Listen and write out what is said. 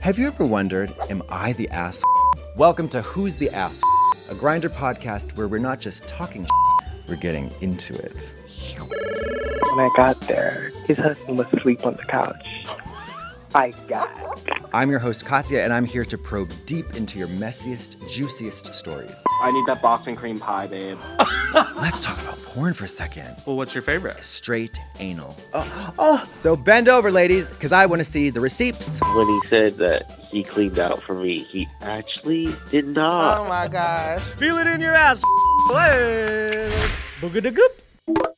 Have you ever wondered, am I the ass? Welcome to Who's the Ass? A grinder podcast where we're not just talking, we're getting into it. When I got there, his husband was asleep on the couch. I got I'm your host, Katya, and I'm here to probe deep into your messiest, juiciest stories. I need that Boston cream pie, babe. Let's talk about porn for a second. Well, what's your favorite? Straight anal. Oh, oh. So bend over, ladies, because I want to see the receipts. when he said that he cleaned out for me, he actually did not. Oh my gosh. Feel it in your ass. Boogadagoop.